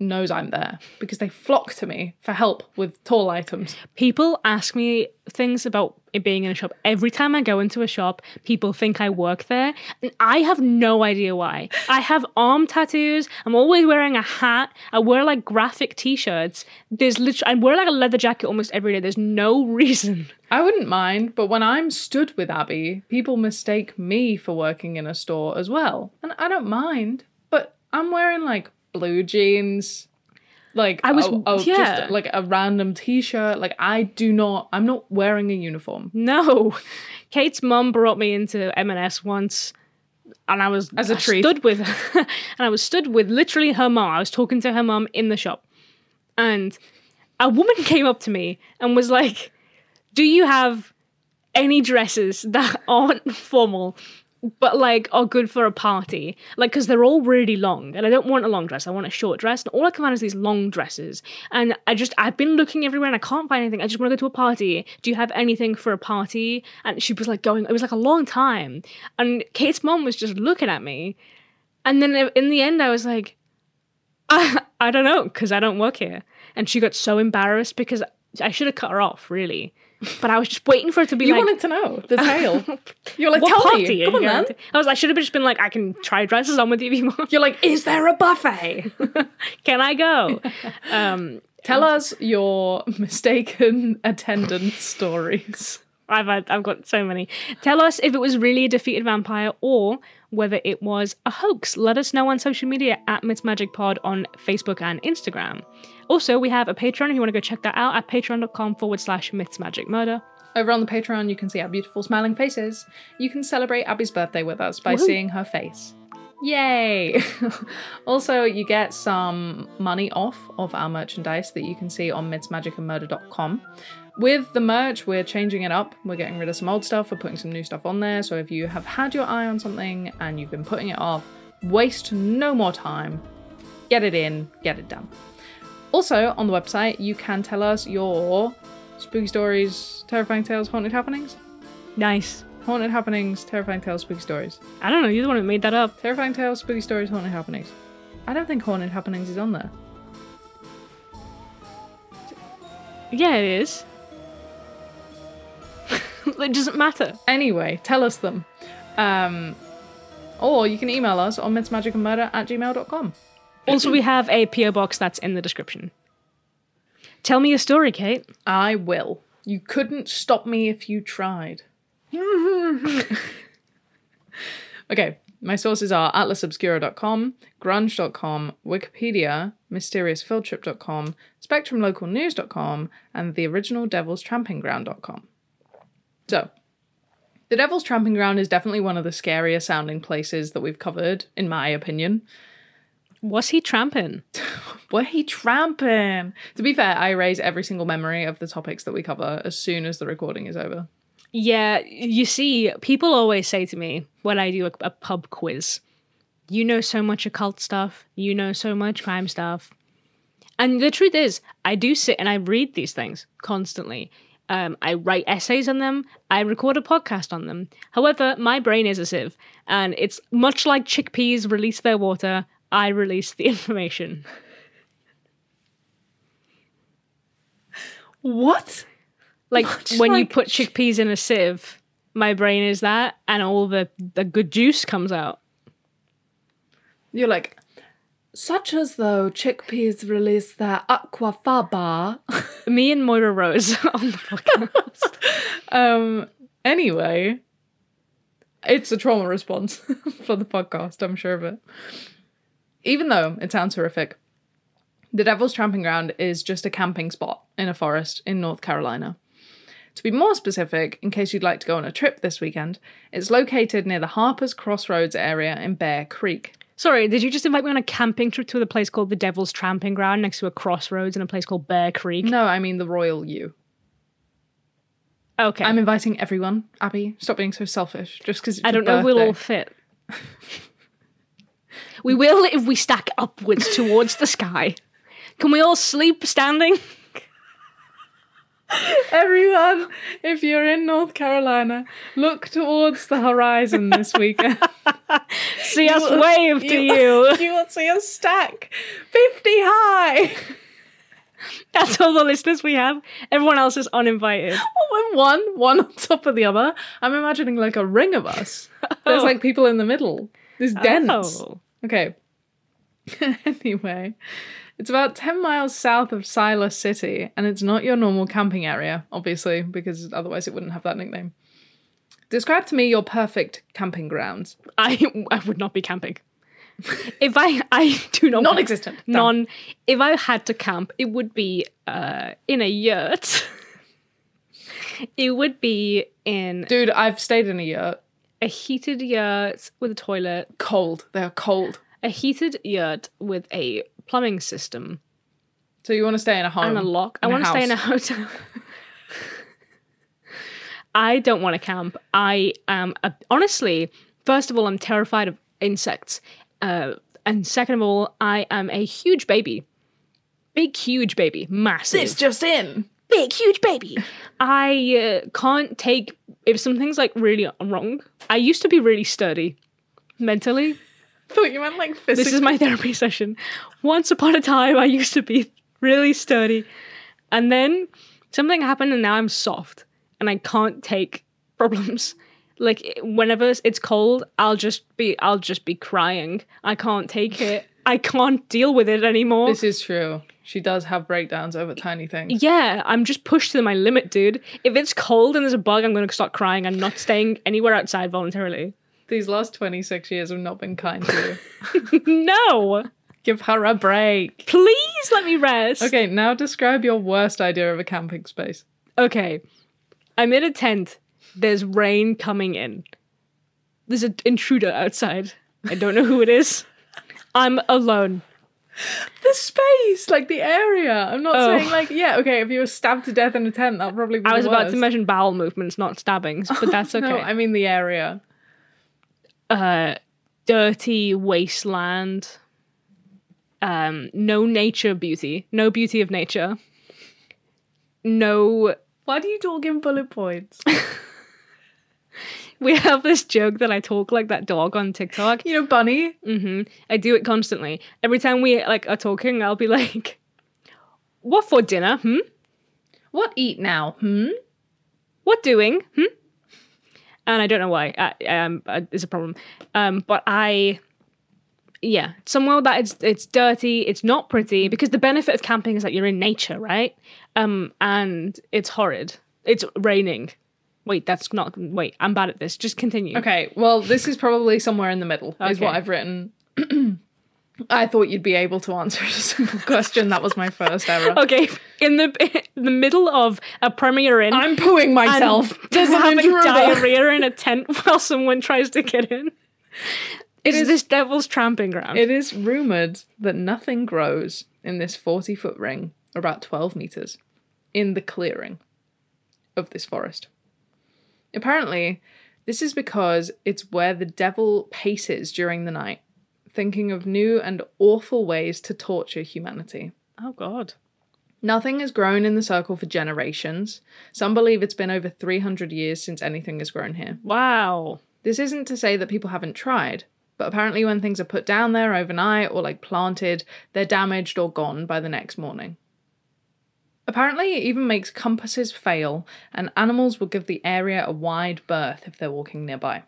Speaker 2: knows I'm there because they flock to me for help with tall items.
Speaker 3: people ask me things about it being in a shop every time I go into a shop. People think I work there, and I have no idea why. I have arm tattoos. I'm always wearing a hat. I wear like graphic t-shirts. There's literally I wear like a leather jacket almost every day. There's no reason.
Speaker 2: I wouldn't mind, but when I'm stood with Abby, people mistake me for working in a store as well. And I don't mind, but I'm wearing like blue jeans. Like
Speaker 3: I was-
Speaker 2: oh, oh,
Speaker 3: yeah.
Speaker 2: just like a random t-shirt. Like I do not I'm not wearing a uniform.
Speaker 3: No, Kate's mum brought me into M&S once, and I was
Speaker 2: As a
Speaker 3: I
Speaker 2: treat.
Speaker 3: stood with, and I was stood with literally her mum. I was talking to her mum in the shop, and a woman came up to me and was like, "Do you have any dresses that aren't formal?" But like are good for a party, like because they're all really long, and I don't want a long dress. I want a short dress, and all I can find is these long dresses. And I just I've been looking everywhere, and I can't find anything. I just want to go to a party. Do you have anything for a party? And she was like going. It was like a long time, and Kate's mom was just looking at me, and then uh, in the end, I was like, I, I don't know because I don't work here. And she got so embarrassed because I should have cut her off, really. But I was just waiting for her to be
Speaker 2: You
Speaker 3: like,
Speaker 2: wanted to know the tale. You're like,
Speaker 3: "What
Speaker 2: tell
Speaker 3: part
Speaker 2: me.
Speaker 3: do you
Speaker 2: Come on,
Speaker 3: go
Speaker 2: man.
Speaker 3: to?" I was. I should have just been like, "I can try dresses on with you if you want.
Speaker 2: You're like, is there a buffet?
Speaker 3: Can I go?" um,
Speaker 2: tell us your mistaken attendance stories.
Speaker 3: I've had, I've got so many. Tell us if it was really a defeated vampire or whether it was a hoax. Let us know on social media at Miss Magic Pod on Facebook and Instagram. Also, we have a Patreon if you want to go check that out at patreon.com forward slash Myths Magic Murder.
Speaker 2: Over on the Patreon, you can see our beautiful smiling faces. You can celebrate Abby's birthday with us by
Speaker 3: Woohoo.
Speaker 2: seeing her face. Yay! also, you get some money off of our merchandise that you can see on midsmagicandmurder.com. With the merch, we're changing it up. We're getting rid of some old stuff, we're putting some new stuff on there. So if you have had your eye on something and you've been putting it off, waste no more time. Get it in, get it done. Also, on the website, you can tell us your spooky stories, terrifying tales, haunted happenings.
Speaker 3: Nice.
Speaker 2: Haunted happenings, terrifying tales, spooky stories.
Speaker 3: I don't know, you're the one who made that up.
Speaker 2: Terrifying tales, spooky stories, haunted happenings. I don't think haunted happenings is on there.
Speaker 3: Yeah, it is. it doesn't matter.
Speaker 2: Anyway, tell us them. Um, or you can email us on mythsmagicandmurder at gmail.com.
Speaker 3: Also, we have a PO box that's in the description. Tell me your story, Kate.
Speaker 2: I will. You couldn't stop me if you tried. okay, my sources are atlasobscura.com, grunge.com, Wikipedia, mysteriousfieldtrip.com, spectrumlocalnews.com, and the original devil's tramping ground.com. So, the devil's tramping ground is definitely one of the scarier sounding places that we've covered, in my opinion.
Speaker 3: Was he tramping?
Speaker 2: Were he tramping? To be fair, I erase every single memory of the topics that we cover as soon as the recording is over.
Speaker 3: Yeah, you see, people always say to me when I do a, a pub quiz, you know so much occult stuff, you know so much crime stuff. And the truth is, I do sit and I read these things constantly. Um, I write essays on them, I record a podcast on them. However, my brain is a sieve, and it's much like chickpeas release their water, I release the information.
Speaker 2: What?
Speaker 3: Like
Speaker 2: Much
Speaker 3: when you
Speaker 2: like
Speaker 3: put chickpeas in a sieve, my brain is that, and all the, the good juice comes out.
Speaker 2: You're like, such as though chickpeas release their aquafaba.
Speaker 3: Me and Moira Rose Oh on the podcast.
Speaker 2: um, anyway, it's a trauma response for the podcast, I'm sure of it. Even though it sounds horrific, the Devil's Tramping Ground is just a camping spot in a forest in North Carolina. To be more specific, in case you'd like to go on a trip this weekend, it's located near the Harper's Crossroads area in Bear Creek.
Speaker 3: Sorry, did you just invite me on a camping trip to the place called the Devil's Tramping Ground next to a crossroads in a place called Bear Creek?
Speaker 2: No, I mean the Royal U.
Speaker 3: Okay.
Speaker 2: I'm inviting everyone. Abby, stop being so selfish. Just because
Speaker 3: I don't know if we'll all fit. we will if we stack upwards towards the sky. Can we all sleep standing?
Speaker 2: everyone. If you're in North Carolina, look towards the horizon this weekend.
Speaker 3: See us wave to you.
Speaker 2: you will see a stack fifty high.
Speaker 3: That's all the listeners we have. Everyone else is uninvited.
Speaker 2: When one, one on top of the other. I'm imagining like a ring of us. There's like people in the middle. There's dense.
Speaker 3: Oh.
Speaker 2: Okay. anyway, it's about 10 miles south of Silas City, and it's not your normal camping area, obviously, because otherwise it wouldn't have that nickname. Describe to me your perfect camping grounds.
Speaker 3: I I would not be camping. If I I do not
Speaker 2: Non existent.
Speaker 3: non if I had to camp, it would be uh in a yurt. it would be in
Speaker 2: Dude, I've stayed in a yurt.
Speaker 3: a heated yurt with a toilet,
Speaker 2: Cold. They are cold.
Speaker 3: a heated yurt with a plumbing system
Speaker 2: So you want to stay in a home.
Speaker 3: and a lock. I
Speaker 2: Um, in a
Speaker 3: want to stay in a hotel. I don't want to camp. I am a, honestly, first of all, I'm terrified of insects, uh, and second of all, I am a huge baby, big huge baby, massive.
Speaker 2: It's just in.
Speaker 3: big, huge baby. I uh, can't take if something's like really wrong. I used to be really sturdy mentally.
Speaker 2: thought you meant like physically.
Speaker 3: This is my therapy session. Once upon a time, I used to be really sturdy, and then something happened and now I'm soft and I can't take problems. Like whenever it's cold, I'll just be I'll just be crying. I can't take it. I can't deal with it anymore.
Speaker 2: This is true. She does have breakdowns over tiny things.
Speaker 3: yeah, I'm just pushed to my limit, dude. If it's cold and there's a bug, I'm going to start crying. I'm not staying anywhere outside voluntarily.
Speaker 2: These last 26 years have not been kind to you.
Speaker 3: No.
Speaker 2: Give her a break.
Speaker 3: Please let me rest.
Speaker 2: Okay, now describe your worst idea of a camping space.
Speaker 3: okay, I'm in a tent. There's rain coming in. There's an intruder outside. I don't know who it is. I'm alone.
Speaker 2: The space, like the area. I'm not
Speaker 3: Oh.
Speaker 2: saying like yeah. Okay, if you were stabbed to death in a tent, that probably. Be
Speaker 3: I was
Speaker 2: the
Speaker 3: about
Speaker 2: worst.
Speaker 3: to mention bowel movements, not stabbings, but that's okay.
Speaker 2: No, I mean the area.
Speaker 3: uh, dirty wasteland. Um, no nature beauty. No beauty of nature. No
Speaker 2: Why do you talk in bullet points?
Speaker 3: we have this joke that I talk like that dog on TikTok.
Speaker 2: You know, bunny.
Speaker 3: hmm I do it constantly. Every time we like are talking, I'll be like, "What for dinner? Hmm?
Speaker 2: What eat now? Hmm.
Speaker 3: What doing? Hmm?" And I don't know why. I, um, uh, it's a problem. Um, but I, yeah, somewhere that it's it's dirty. It's not pretty because the benefit of camping is that you're in nature, right? Um, and it's horrid. It's raining. Wait, that's not. Wait, I'm bad at this. Just continue.
Speaker 2: Okay, well, this is probably somewhere in the middle, is
Speaker 3: Okay.
Speaker 2: what I've written. I thought you'd be able to answer a simple question. That was my first error.
Speaker 3: Okay, in the in the middle of a premiere in
Speaker 2: I'm pooing myself.
Speaker 3: and
Speaker 2: There's an
Speaker 3: having
Speaker 2: intruder.
Speaker 3: diarrhea in a tent while someone tries to get in. It's
Speaker 2: is-
Speaker 3: this devil's tramping ground.
Speaker 2: It is rumored that nothing grows in this 40 foot ring, about 12 meters, in the clearing of this forest. Apparently, this is because it's where the devil paces during the night, thinking of new and awful ways to torture humanity.
Speaker 3: oh God.
Speaker 2: Nothing has grown in the circle for generations. Some believe it's been over 300 years since anything has grown here.
Speaker 3: Wow.
Speaker 2: This isn't to say that people haven't tried, but apparently, when things are put down there overnight or like planted, they're damaged or gone by the next morning. Apparently, it even makes compasses fail, and animals will give the area a wide berth if they're walking nearby.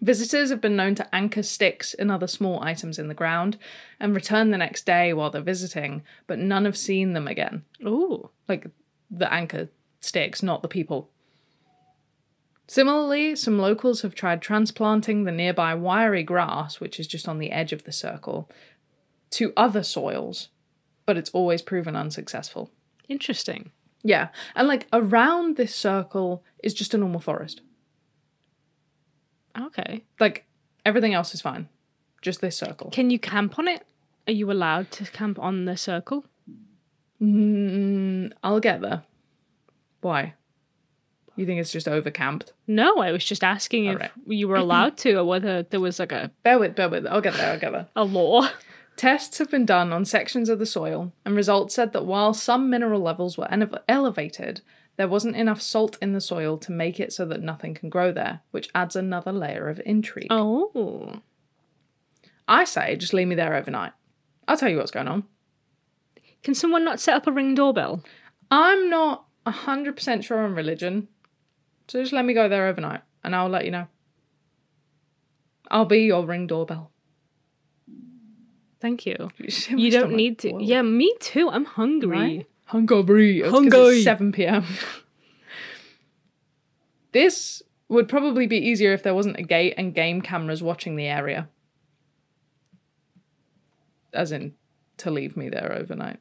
Speaker 2: Visitors have been known to anchor sticks and other small items in the ground and return the next day while they're visiting, but none have seen them again
Speaker 3: Ooh.
Speaker 2: like the anchor sticks, not the people. Similarly, some locals have tried transplanting the nearby wiry grass, which is just on the edge of the circle, to other soils, but it's always proven unsuccessful.
Speaker 3: Interesting.
Speaker 2: Yeah, and like around this circle is just a normal forest.
Speaker 3: Okay.
Speaker 2: Like everything else is fine, just this circle.
Speaker 3: Can you camp on it? Are you allowed to camp on the circle?
Speaker 2: Mm, I'll get there. Why? You think it's just overcamped?
Speaker 3: No, I was just asking if
Speaker 2: Alright.
Speaker 3: you were allowed to or whether there was like a,
Speaker 2: Bear with, bear with. I'll get there. I'll get there.
Speaker 3: a law.
Speaker 2: Tests have been done on sections of the soil, and results said that while some mineral levels were ele- elevated, there wasn't enough salt in the soil to make it so that nothing can grow there, which adds another layer of intrigue.
Speaker 3: Oh.
Speaker 2: I say, just leave me there overnight. I'll tell you what's going on.
Speaker 3: Can someone not set up a ring doorbell?
Speaker 2: I'm not 100% sure on religion, so just let me go there overnight, and I'll let you know. I'll be your ring doorbell.
Speaker 3: Thank you.
Speaker 2: Shit,
Speaker 3: You
Speaker 2: my
Speaker 3: don't
Speaker 2: stomach
Speaker 3: need to.
Speaker 2: boiled.
Speaker 3: Yeah, me too. I'm hungry.
Speaker 2: Right? Hungary. It's 'cause
Speaker 3: Hungary.
Speaker 2: It's 7 p.m. this would probably be easier if there wasn't a gate and game cameras watching the area. As in, to leave me there overnight.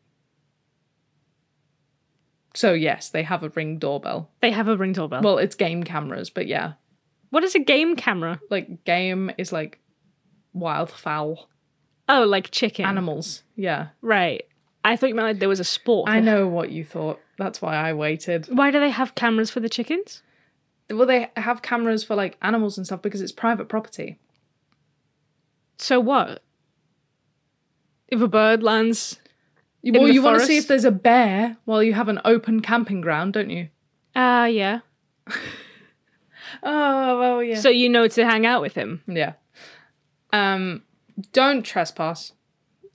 Speaker 2: So, yes, they have a ring doorbell.
Speaker 3: They have a ring doorbell.
Speaker 2: Well, it's game cameras, but yeah.
Speaker 3: what is a game camera?
Speaker 2: Like, game is like wildfowl,
Speaker 3: Oh, like chicken.
Speaker 2: animals. Yeah. Oh.
Speaker 3: Right. I thought you meant like there was a sport.
Speaker 2: I know what you thought. That's why I waited.
Speaker 3: Why do they have cameras for the chickens?
Speaker 2: Well, they have cameras for like animals and stuff because it's private property.
Speaker 3: So what? If a bird lands.
Speaker 2: well,
Speaker 3: the
Speaker 2: you want to see
Speaker 3: forest?
Speaker 2: if there's a bear while you have an open camping ground, don't you?
Speaker 3: Ah, yeah.
Speaker 2: Oh, well, yeah.
Speaker 3: So you know to hang out with him.
Speaker 2: yeah. Um, don't trespass.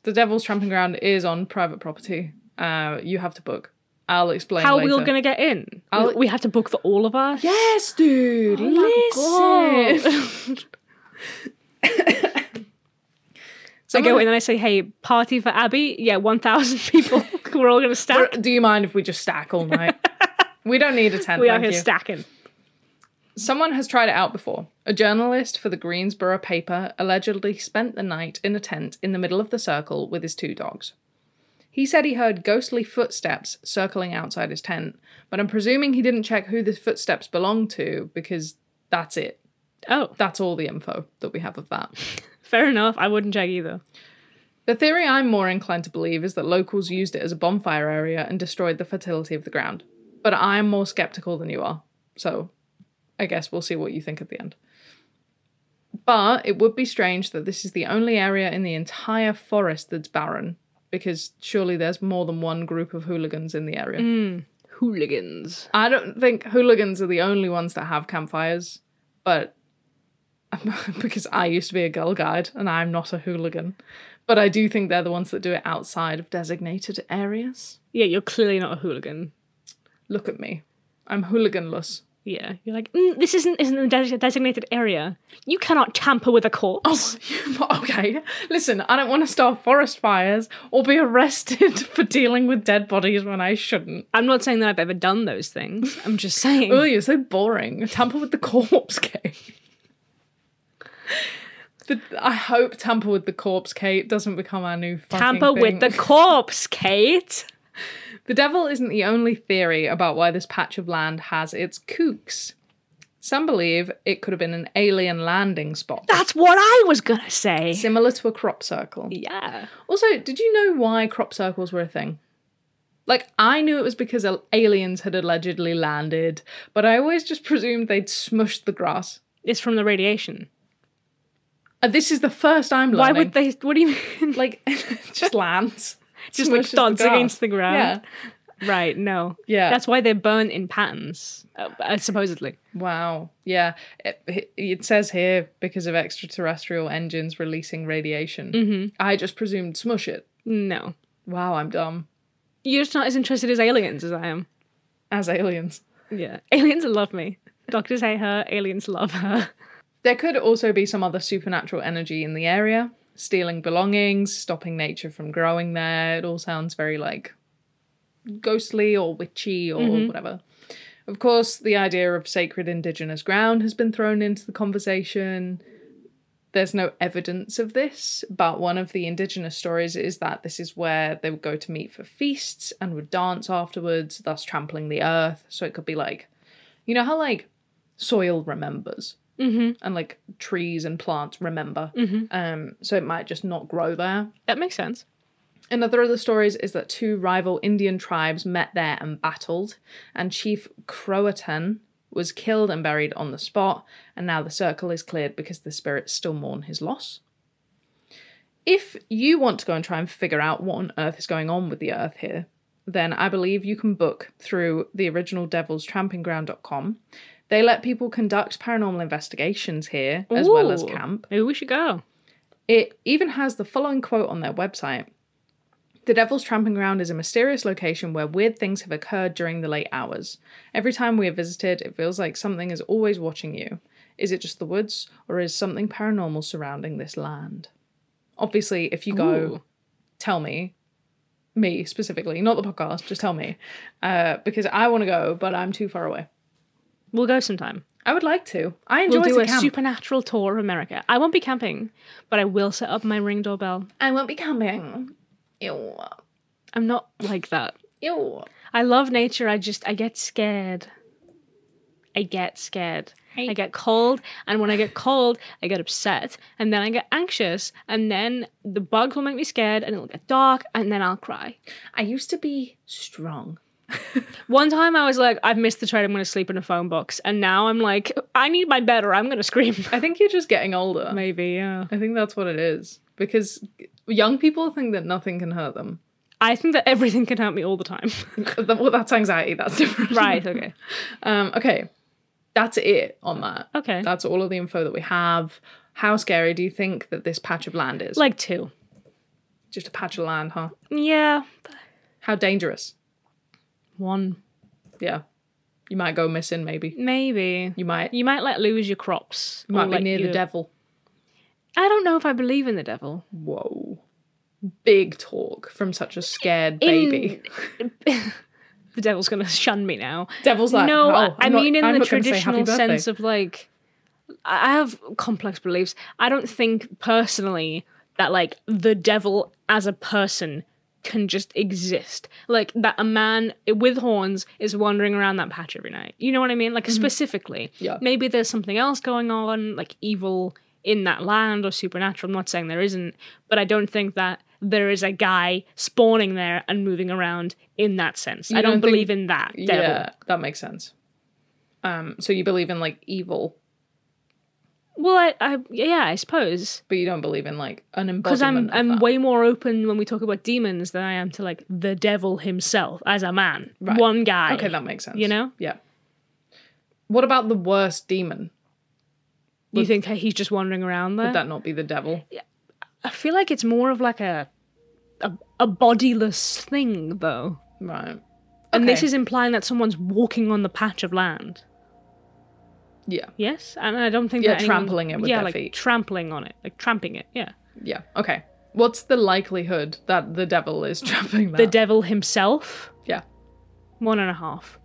Speaker 2: The Devil's Tramping Ground is on private property. Uh, you have to book. I'll explain
Speaker 3: How
Speaker 2: later.
Speaker 3: we all gonna get in?
Speaker 2: I'll- oh
Speaker 3: We, we have to book for all of us.
Speaker 2: Yes, dude.
Speaker 3: Oh Listen.
Speaker 2: so
Speaker 3: I go in and I say, "Hey, party for Abby." Yeah, one thousand people. We're all gonna stack.
Speaker 2: Do you mind if we just stack all night? we don't need a tent.
Speaker 3: we are
Speaker 2: thank
Speaker 3: here
Speaker 2: you.
Speaker 3: stacking.
Speaker 2: Someone has tried it out before. A journalist for the Greensboro paper allegedly spent the night in a tent in the middle of the circle with his two dogs. He said he heard ghostly footsteps circling outside his tent, but I'm presuming he didn't check who the footsteps belonged to because that's it.
Speaker 3: Oh,
Speaker 2: That's all the info that we have of that.
Speaker 3: fair enough. I wouldn't check either.
Speaker 2: The theory I'm more inclined to believe is that locals used it as a bonfire area and destroyed the fertility of the ground. But I am more skeptical than you are, so I guess we'll see what you think at the end. But it would be strange that this is the only area in the entire forest that's barren, because surely there's more than one group of hooligans in the area.
Speaker 3: Hooligans.
Speaker 2: I don't think hooligans are the only ones that have campfires, but because I used to be a girl guide and I'm not a hooligan, but I do think they're the ones that do it outside of designated areas.
Speaker 3: Yeah, you're clearly not a hooligan.
Speaker 2: Look at me, I'm hooliganless.
Speaker 3: Yeah, you're like, mm, this isn't isn't the des- designated area. You cannot tamper with a corpse.
Speaker 2: Oh. okay, listen, I don't want to start forest fires or be arrested for dealing with dead bodies when I shouldn't.
Speaker 3: I'm not saying that I've ever done those things. I'm just saying.
Speaker 2: Oh, you're so boring. Tamper with the corpse, Kate. The, I hope tamper with the corpse, Kate, doesn't become our new fucking
Speaker 3: Tamper with the
Speaker 2: thing.
Speaker 3: corpse, Kate.
Speaker 2: The devil isn't the only theory about why this patch of land has its kooks. Some believe it could have been an alien landing spot,
Speaker 3: That's what I was gonna say.
Speaker 2: similar to a crop circle.
Speaker 3: Yeah.
Speaker 2: Also, did you know why crop circles were a thing? Like, I knew it was because al- aliens had allegedly landed, but I always just presumed they'd smushed the grass.
Speaker 3: It's from the radiation.
Speaker 2: Uh, This is the first I'm
Speaker 3: Why
Speaker 2: learning.
Speaker 3: would they? What do you mean?
Speaker 2: like just lands?
Speaker 3: just like
Speaker 2: smushes the
Speaker 3: dance
Speaker 2: grass.
Speaker 3: against the
Speaker 2: Yeah,
Speaker 3: ground. Right. No.
Speaker 2: yeah.
Speaker 3: That's why they're burnt in patterns, uh, uh, supposedly.
Speaker 2: wow. Yeah, it, it says here because of extraterrestrial engines releasing radiation.
Speaker 3: Mm-hmm.
Speaker 2: I just presumed smush it.
Speaker 3: No.
Speaker 2: Wow, I'm dumb.
Speaker 3: You're just not as interested as aliens as I am.
Speaker 2: As aliens.
Speaker 3: Yeah. Aliens love me. Doctors hate her. Aliens love her.
Speaker 2: There could also be some other supernatural energy in the area, stealing belongings, stopping nature from growing there. It all sounds very like ghostly or witchy or whatever. Of course, the idea of sacred indigenous ground has been thrown into the conversation. There's no evidence of this, but one of the indigenous stories is that this is where they would go to meet for feasts and would dance afterwards, thus trampling the earth. So it could be like, you know how like soil remembers?
Speaker 3: Mm-hmm.
Speaker 2: and like trees and plants remember. Um, so it might just not grow there.
Speaker 3: That makes sense.
Speaker 2: Another of the stories is that two rival Indian tribes met there and battled, and Chief Croatan was killed and buried on the spot, and now the circle is cleared because the spirits still mourn his loss. If you want to go and try and figure out what on earth is going on with the earth here, then I believe you can book through the original devil's tramping ground.com. They let people conduct paranormal investigations here as well as
Speaker 3: Ooh.
Speaker 2: camp.
Speaker 3: Maybe we should go.
Speaker 2: It even has the following quote on their website The Devil's Tramping Ground is a mysterious location where weird things have occurred during the late hours. Every time we have visited, it feels like something is always watching you. Is it just the woods, or is something paranormal surrounding this land? Obviously, if you go,
Speaker 3: Ooh.
Speaker 2: tell me, me specifically, not the podcast, just tell me, uh, because I want to go, but I'm too far away.
Speaker 3: We'll go sometime.
Speaker 2: I would like to. I enjoy
Speaker 3: We'll do
Speaker 2: to
Speaker 3: a
Speaker 2: camp.
Speaker 3: supernatural tour of America. I won't be camping, but I will set up my ring doorbell.
Speaker 2: I won't be coming. Ew.
Speaker 3: I'm not like that.
Speaker 2: Ew.
Speaker 3: I love nature. I just I get scared. I get scared. I get cold, and when I get cold, I get upset, and then I get anxious, and then the bugs will make me scared, and it'll get dark, and then I'll cry.
Speaker 2: I used to be strong.
Speaker 3: One time I was like, I've missed the train. I'm going to sleep in a phone box, and now I'm like, I need my bed, or I'm going to scream.
Speaker 2: I think you're just getting older.
Speaker 3: Maybe yeah.
Speaker 2: I think that's what it is. Because young people think that nothing can hurt them.
Speaker 3: I think that everything can hurt me all the time.
Speaker 2: well, that's anxiety. That's different.
Speaker 3: right. Okay.
Speaker 2: Um, okay. That's it on that.
Speaker 3: Okay.
Speaker 2: That's all of the info that we have. How scary do you think that this patch of land is?
Speaker 3: Like two.
Speaker 2: just a patch of land, huh?
Speaker 3: Yeah.
Speaker 2: How dangerous? one. Yeah. You might go missing, maybe.
Speaker 3: Maybe.
Speaker 2: You might. You
Speaker 3: You might like lose your crops. or,
Speaker 2: might be
Speaker 3: like,
Speaker 2: near
Speaker 3: your-
Speaker 2: the devil.
Speaker 3: I don't know if I believe in the devil.
Speaker 2: Whoa. Big talk from such a scared baby.
Speaker 3: The devil's gonna shun me now.
Speaker 2: Devil's like,
Speaker 3: no,
Speaker 2: oh,
Speaker 3: I- I
Speaker 2: I'm not-
Speaker 3: mean in
Speaker 2: I'm
Speaker 3: the
Speaker 2: not gonna say happy
Speaker 3: traditional
Speaker 2: birthday.
Speaker 3: sense of like, I I have complex beliefs. I don't think personally that like the devil as a person can just exist. Like that a man with horns is wandering around that patch every night. You know what I mean? Like specifically,
Speaker 2: Mm-hmm. Yeah.
Speaker 3: maybe there's something else going on, like evil in that land or supernatural. I'm not saying there isn't, but I don't think that there is a guy spawning there and moving around in that sense. I don't,
Speaker 2: don't think-
Speaker 3: believe in that devil.
Speaker 2: Yeah, that makes sense. Um, so you believe in like evil,
Speaker 3: Well, I, I yeah, I suppose
Speaker 2: but you don't believe in like an
Speaker 3: because I'm
Speaker 2: embodiment. of
Speaker 3: I'm
Speaker 2: that.
Speaker 3: way more open when we talk about demons than I am to like the devil himself as a man,
Speaker 2: Right.
Speaker 3: one guy.
Speaker 2: Okay, that makes sense.
Speaker 3: you know?
Speaker 2: Yeah. What about the worst demon?
Speaker 3: you think he's just wandering around there?
Speaker 2: Would that not be the devil?
Speaker 3: I feel like it's more of like a a, a bodiless thing though,
Speaker 2: Right.
Speaker 3: and this
Speaker 2: Okay.
Speaker 3: is implying that someone's walking on the patch of land.
Speaker 2: Yeah.
Speaker 3: Yes, and I don't think
Speaker 2: Yeah,
Speaker 3: that anyone-
Speaker 2: trampling it with
Speaker 3: yeah,
Speaker 2: their
Speaker 3: like
Speaker 2: feet.
Speaker 3: trampling on it, like tramping it. Yeah,
Speaker 2: Yeah. Okay. What's the likelihood that the devil is trapping that?
Speaker 3: the devil himself,
Speaker 2: yeah.
Speaker 3: one and a half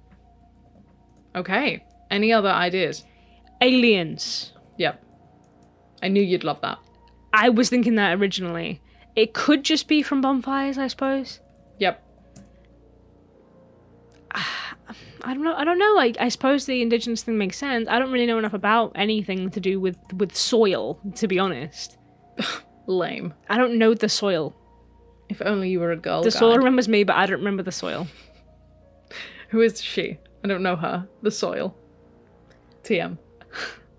Speaker 2: Okay. Any other ideas?
Speaker 3: aliens.
Speaker 2: Yep. I knew you'd love that.
Speaker 3: I was thinking that originally. It could just be from bonfires, I suppose.
Speaker 2: Yep.
Speaker 3: I don't know. I don't know. Like, I suppose the indigenous thing makes sense. I don't really know enough about anything to do with with soil, to be honest.
Speaker 2: Lame.
Speaker 3: I don't know the soil.
Speaker 2: If only you were a girl.
Speaker 3: The soil
Speaker 2: guide.
Speaker 3: remembers me, but I don't remember the soil.
Speaker 2: Who is she? I don't know her. The soil. TM.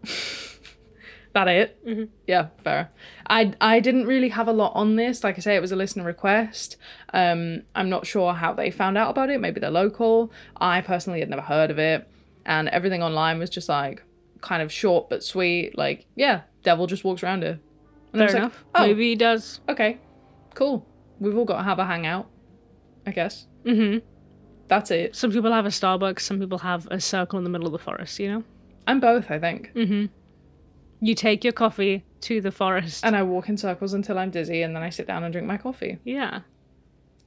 Speaker 2: that it? Mm-hmm. Yeah, fair. I I didn't really have a lot on this. Like I say, it was a listener request. Um, I'm not sure how they found out about it. Maybe they're local. I personally had never heard of it, and everything online was just like kind of short but sweet. Like, yeah, devil just walks around here. And I
Speaker 3: Fair
Speaker 2: was like,
Speaker 3: enough.
Speaker 2: oh,
Speaker 3: Maybe he does.
Speaker 2: okay, cool. We've all got to have a hangout, I guess.
Speaker 3: hmm
Speaker 2: That's it.
Speaker 3: Some people have a Starbucks. Some people have a circle in the middle of the forest. You know.
Speaker 2: I'm both, I think.
Speaker 3: hmm You take your coffee to the forest.
Speaker 2: And I walk in circles until I'm dizzy, and then I sit down and drink my coffee,
Speaker 3: yeah.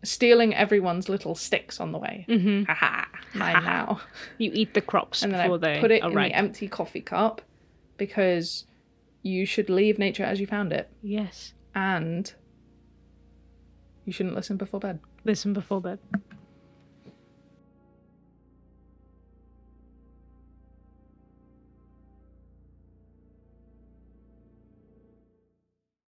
Speaker 2: stealing everyone's little sticks on the way.
Speaker 3: hmm
Speaker 2: Haha, mine now.
Speaker 3: You eat the crops
Speaker 2: And then
Speaker 3: before
Speaker 2: I
Speaker 3: they
Speaker 2: put it in
Speaker 3: arrive.
Speaker 2: the empty coffee cup because you should leave nature as you found it,
Speaker 3: yes.
Speaker 2: and you shouldn't listen before bed.
Speaker 3: Listen before bed.